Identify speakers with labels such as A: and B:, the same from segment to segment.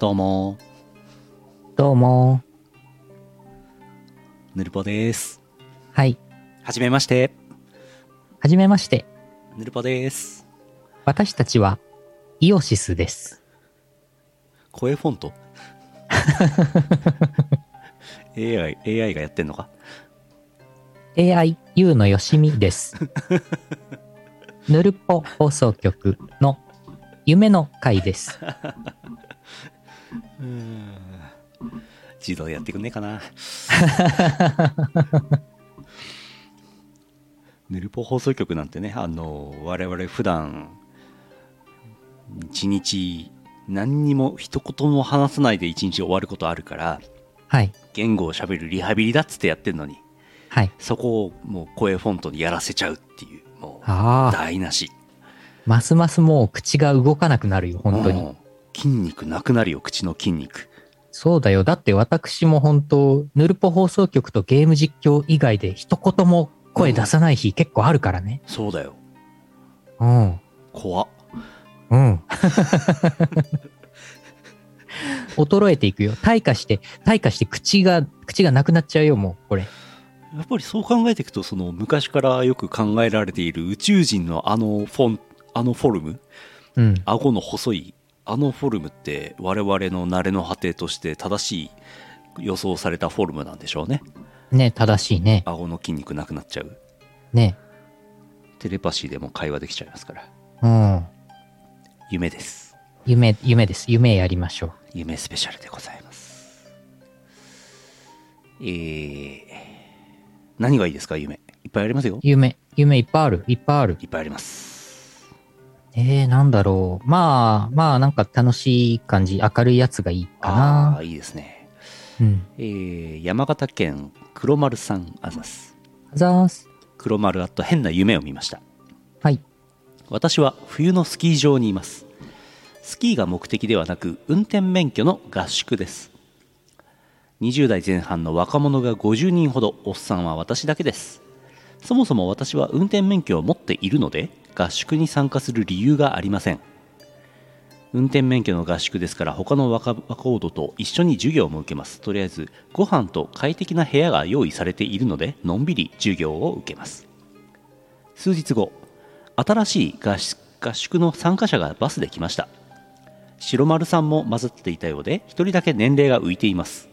A: どうも、
B: どうも。
A: ぬるぽです。
B: はい。
A: はじめまして、
B: はじめまして。
A: ぬるぽです。
B: 私たちは、イオシスです。
A: 声フォン ト AI, ?AI がやってんのか
B: AIU のよしみ です。ぬるっぽ放送局の夢の会です。
A: 自動でやってくんねえか なぬるぽ放送局なんてね、あの、我々普段、一日何にも一言も話さないで一日終わることあるから、
B: はい。
A: 言語を喋るリハビリだっつってやってんのに、
B: はい。
A: そこをもう声フォントにやらせちゃうっていう、もう、
B: ああ、
A: 台無し。
B: ますますもう口が動かなくなるよ、本当
A: う
B: に。
A: ん。筋肉なくなるよ、口の筋肉。
B: そうだよ。だって私も本当、ぬるっぽ放送局とゲーム実況以外で一言も声出さない日結構あるからね。
A: そうだよ。
B: うん。
A: 怖っ
B: うん。 衰えていくよ。退化して、退化して口が、口がなくなっちゃうよ、もう、これ。
A: やっぱりそう考えていくと、その昔からよく考えられている宇宙人のあのフォン、あのフォルム、
B: うん。
A: 顎の細い、あのフォルムって我々の慣れの果てとして正しい予想されたフォルムなんでしょうね。
B: ね正しいね。
A: 顎の筋肉なくなっちゃう。
B: ね
A: テレパシーでも会話できちゃいますから。
B: うん。
A: 夢です。
B: 夢、夢です。夢やりましょう。
A: 夢スペシャルでございます。えー、何がいいですか、夢。いっぱいありますよ。
B: 夢、夢いっぱいある。いっぱいある。
A: いっぱいあります。
B: えー、なんだろう。まあ、まあ、なんか楽しい感じ、明るいやつがいいか
A: ああ
B: な。
A: ー、いいですね。
B: うん。
A: えー、山形県黒丸さんあざす。
B: あざーす。
A: 黒丸あと変な夢を見ました。
B: はい。
A: 私は冬のスキー場にいますスキーが目的ではなく運転免許の合宿です20代前半の若者が50人ほどおっさんは私だけですそもそも私は運転免許を持っているので合宿に参加する理由がありません運転免許の合宿ですから他の若若コードと一緒に授業も受けますとりあえずご飯と快適な部屋が用意されているのでのんびり授業を受けます数日後新しい合宿合宿の参加者がバスで来ました白丸さんも混ざっていたようで1人だけ年齢が浮いています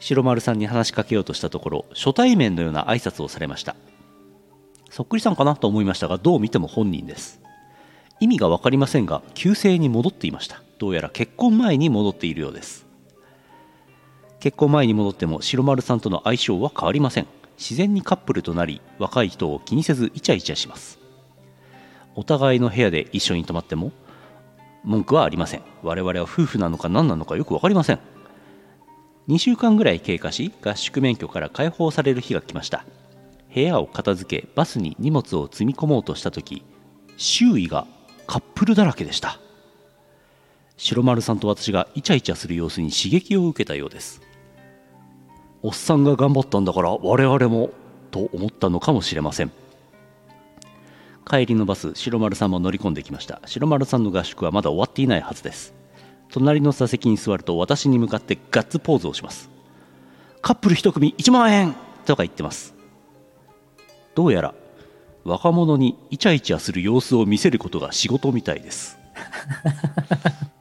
A: 白丸さんに話しかけようとしたところ初対面のような挨拶をされましたそっくりさんかなと思いましたがどう見ても本人です意味が分かりませんが旧姓に戻っていましたどうやら結婚前に戻っているようです結婚前に戻っても白丸さんとの相性は変わりません自然にカップルとなり若い人を気にせずイチャイチャしますお互いの部屋で一緒に泊まっても文句はありません我々は夫婦なのか何なのかよく分かりません2週間ぐらい経過し合宿免許から解放される日が来ました部屋を片付けバスに荷物を積み込もうとした時周囲がカップルだらけでした白丸さんと私がイチャイチャする様子に刺激を受けたようですおっさんが頑張ったんだから我々もと思ったのかもしれません帰りのバス白丸さんも乗り込んできました白丸さんの合宿はまだ終わっていないはずです隣の座席に座ると私に向かってガッツポーズをしますカップル一組1万円とか言ってますどうやら若者にイチャイチャする様子を見せることが仕事みたいです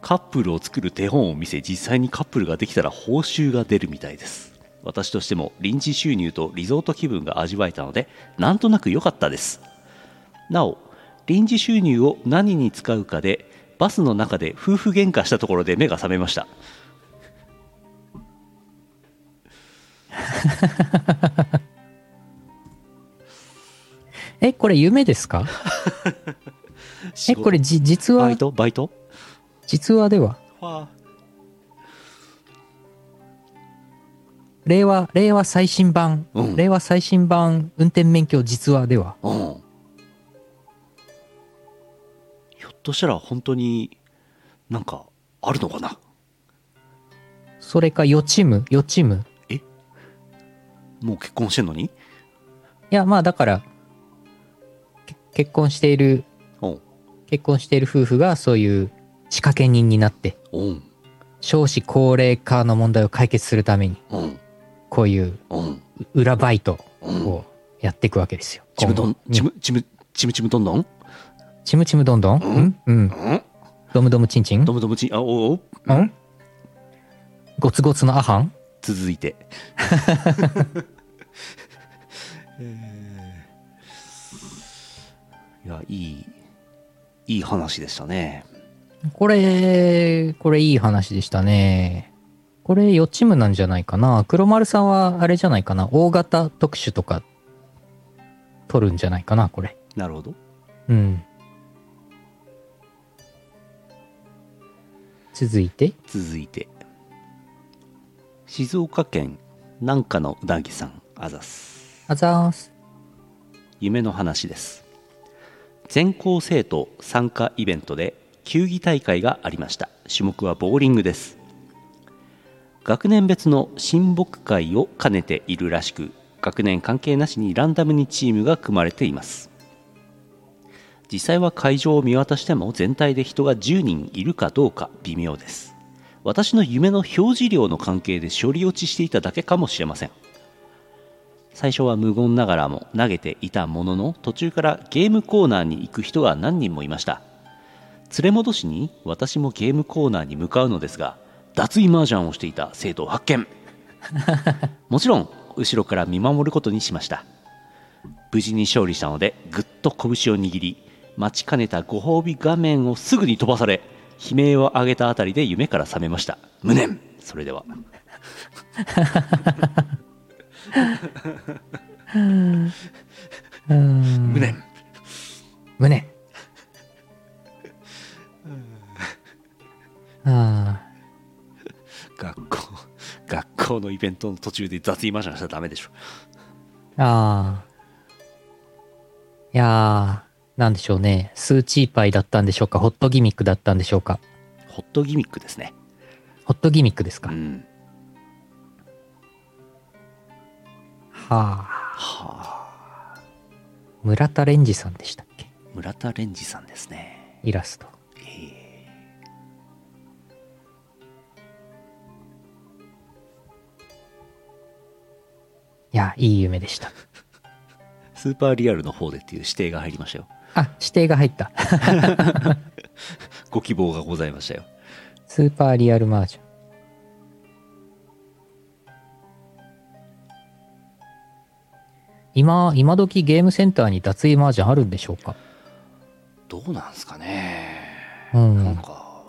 A: カップルを作る手本を見せ実際にカップルができたら報酬が出るみたいです私としても臨時収入とリゾート気分が味わえたのでなんとなく良かったですなお臨時収入を何に使うかでバスの中で夫婦喧嘩したところで目が覚めました
B: え、これ夢ですかえ、これじ、実
A: バ
B: は
A: イ、トバイト
B: 実話では
A: は
B: 令和、令和最新版、
A: うん
B: 令和最新版運転免許実話では。
A: あうんひょっとしたら本当になんかあるのかな
B: それか、予知夢、予知夢。
A: もう結婚してんのに
B: いや、まあだから、け結婚している、
A: うん
B: 結婚している夫婦がそういう仕掛け人になって、
A: うん
B: 少子高齢化の問題を解決するために、
A: うん
B: こういう
A: うん
B: 裏バイト
A: うん
B: をやっていくわけですよ。
A: ちむどん
B: 今後
A: ちむちむちむちむどんどん
B: ちむちむどんどんうんうん。
A: うん
B: どむどむちんちん
A: どむどむちあおうおうん
B: ごつごつのアハン
A: 続 いてえーいやいいいい話でしたね
B: これ、これいい話でしたね。これ4チームなんじゃないかな。黒丸さんはあれじゃないかな。大型特集とか取るんじゃないかな、これ。
A: なるほど
B: うん。続いて、
A: 続いて静岡県南下のうなぎさんあざす
B: あざーす。
A: 夢の話です全校生徒参加イベントで球技大会がありました種目はボーリングです学年別の親睦会を兼ねているらしく学年関係なしにランダムにチームが組まれています実際は会場を見渡しても全体で人が10人いるかどうか微妙です私の夢の表示量の関係で処理落ちしていただけかもしれません最初は無言ながらも投げていたものの途中からゲームコーナーに行く人が何人もいました連れ戻しに私もゲームコーナーに向かうのですが脱衣麻雀をしていた生徒を発 見もちろん後ろから見守ることにしました無事に勝利したのでぐっと拳を握り待ちかねたご褒美画面をすぐに飛ばされ悲鳴を上げたあたりで夢から覚めました無念それでは
B: うーん。
A: 無念
B: 胸。ああ、
A: 学校 学校のイベントの途中で雑マージャンしたらダメでしょ
B: ああ。いやー、なんでしょうね。スーチーパイだったんでしょうか。ホットギミックだったんでしょうか。
A: ホットギミックですね
B: ホットギミックですか。
A: う
B: は
A: ん
B: あ。
A: はあ
B: 村田レンジさんでしたっけ。
A: 村田蓮司さんですね
B: イラスト。いや、いい夢でした。
A: スーパーリアルの方でっていう指定が入りましたよ
B: あ、指定が入った。
A: ご希望がございましたよ
B: スーパーリアルマージョン。今、今時ゲームセンターに脱衣マージョンあるんでしょうか
A: どうなんすかね
B: う
A: なん
B: ん。
A: か、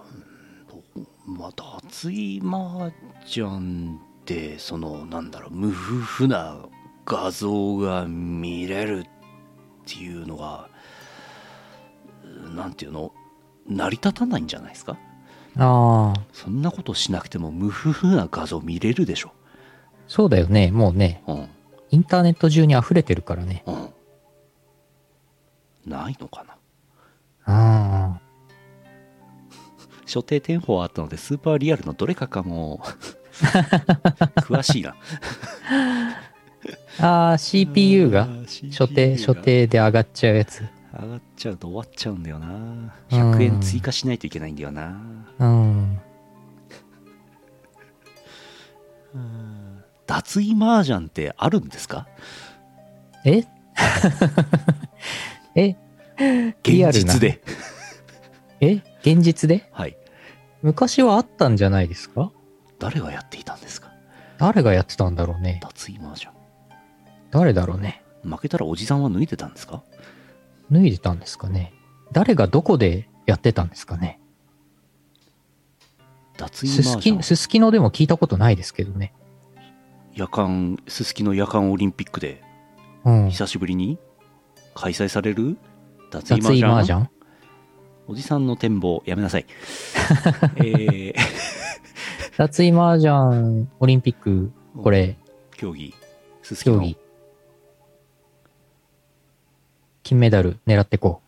A: うんどうまあ、脱衣麻雀って、その、なんだろう、無夫婦な画像が見れるっていうのが、うんなんていうの、成り立たないんじゃないですか
B: ああ、
A: そんなことしなくても無夫婦な画像見れるでしょ。
B: そうだよね。もうね、
A: うん、
B: インターネット中に溢れてるからね。
A: うん。ないのかな
B: あ
A: 所定店舗はあったので、スーパーリアルのどれかかも、 詳しいな。
B: あ。ああ、CPU が
A: あー
B: 所
A: CPU
B: 定、所定で上がっちゃうやつ。
A: 上がっちゃうと終わっちゃうんだよな
B: うん
A: 100円追加しないといけないんだよな
B: うん。
A: 脱衣麻雀ってあるんですか
B: え えリア
A: 現
B: ルな
A: 実で
B: え現実で
A: はい
B: 昔はあったんじゃないですか
A: 誰がやっていたんですか
B: 誰がやってたんだろうね。
A: 脱衣麻雀
B: 誰だろうね。
A: 負けたらおじさんは脱いでたんですか
B: 脱いでたんですかね。誰がどこでやってたんですかね。
A: 脱衣
B: すす
A: 麻雀
B: き、すすきのでも聞いたことないですけどね。
A: 夜間すすきの夜間オリンピックで
B: うん。
A: 久しぶりに開催される脱
B: 雑
A: 衣麻雀
B: 衣麻雀
A: おじさんの展望やめなさい えー、
B: 雑衣麻雀オリンピック、これ、
A: 競技すすき
B: 競
A: の
B: 技。金メダル狙ってこ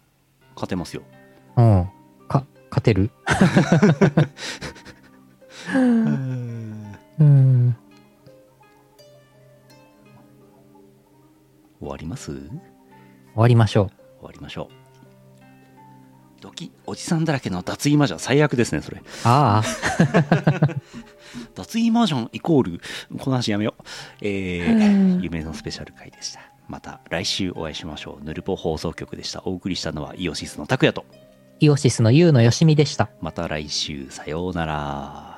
A: 勝てますよ
B: う。うん。か、勝てるうん。
A: 終わります終
B: 終わりましょう。
A: わりましょうドキおじさんだらけの脱衣マージャン最悪ですねそれ
B: ああ、
A: 脱衣マージャンイコールこの話やめようえー、夢のスペシャル回でしたまた来週お会いしましょうぬるぽ放送局でしたお送りしたのはイオシスの拓也と
B: イオシスの U のよしみでした。
A: また来週さようなら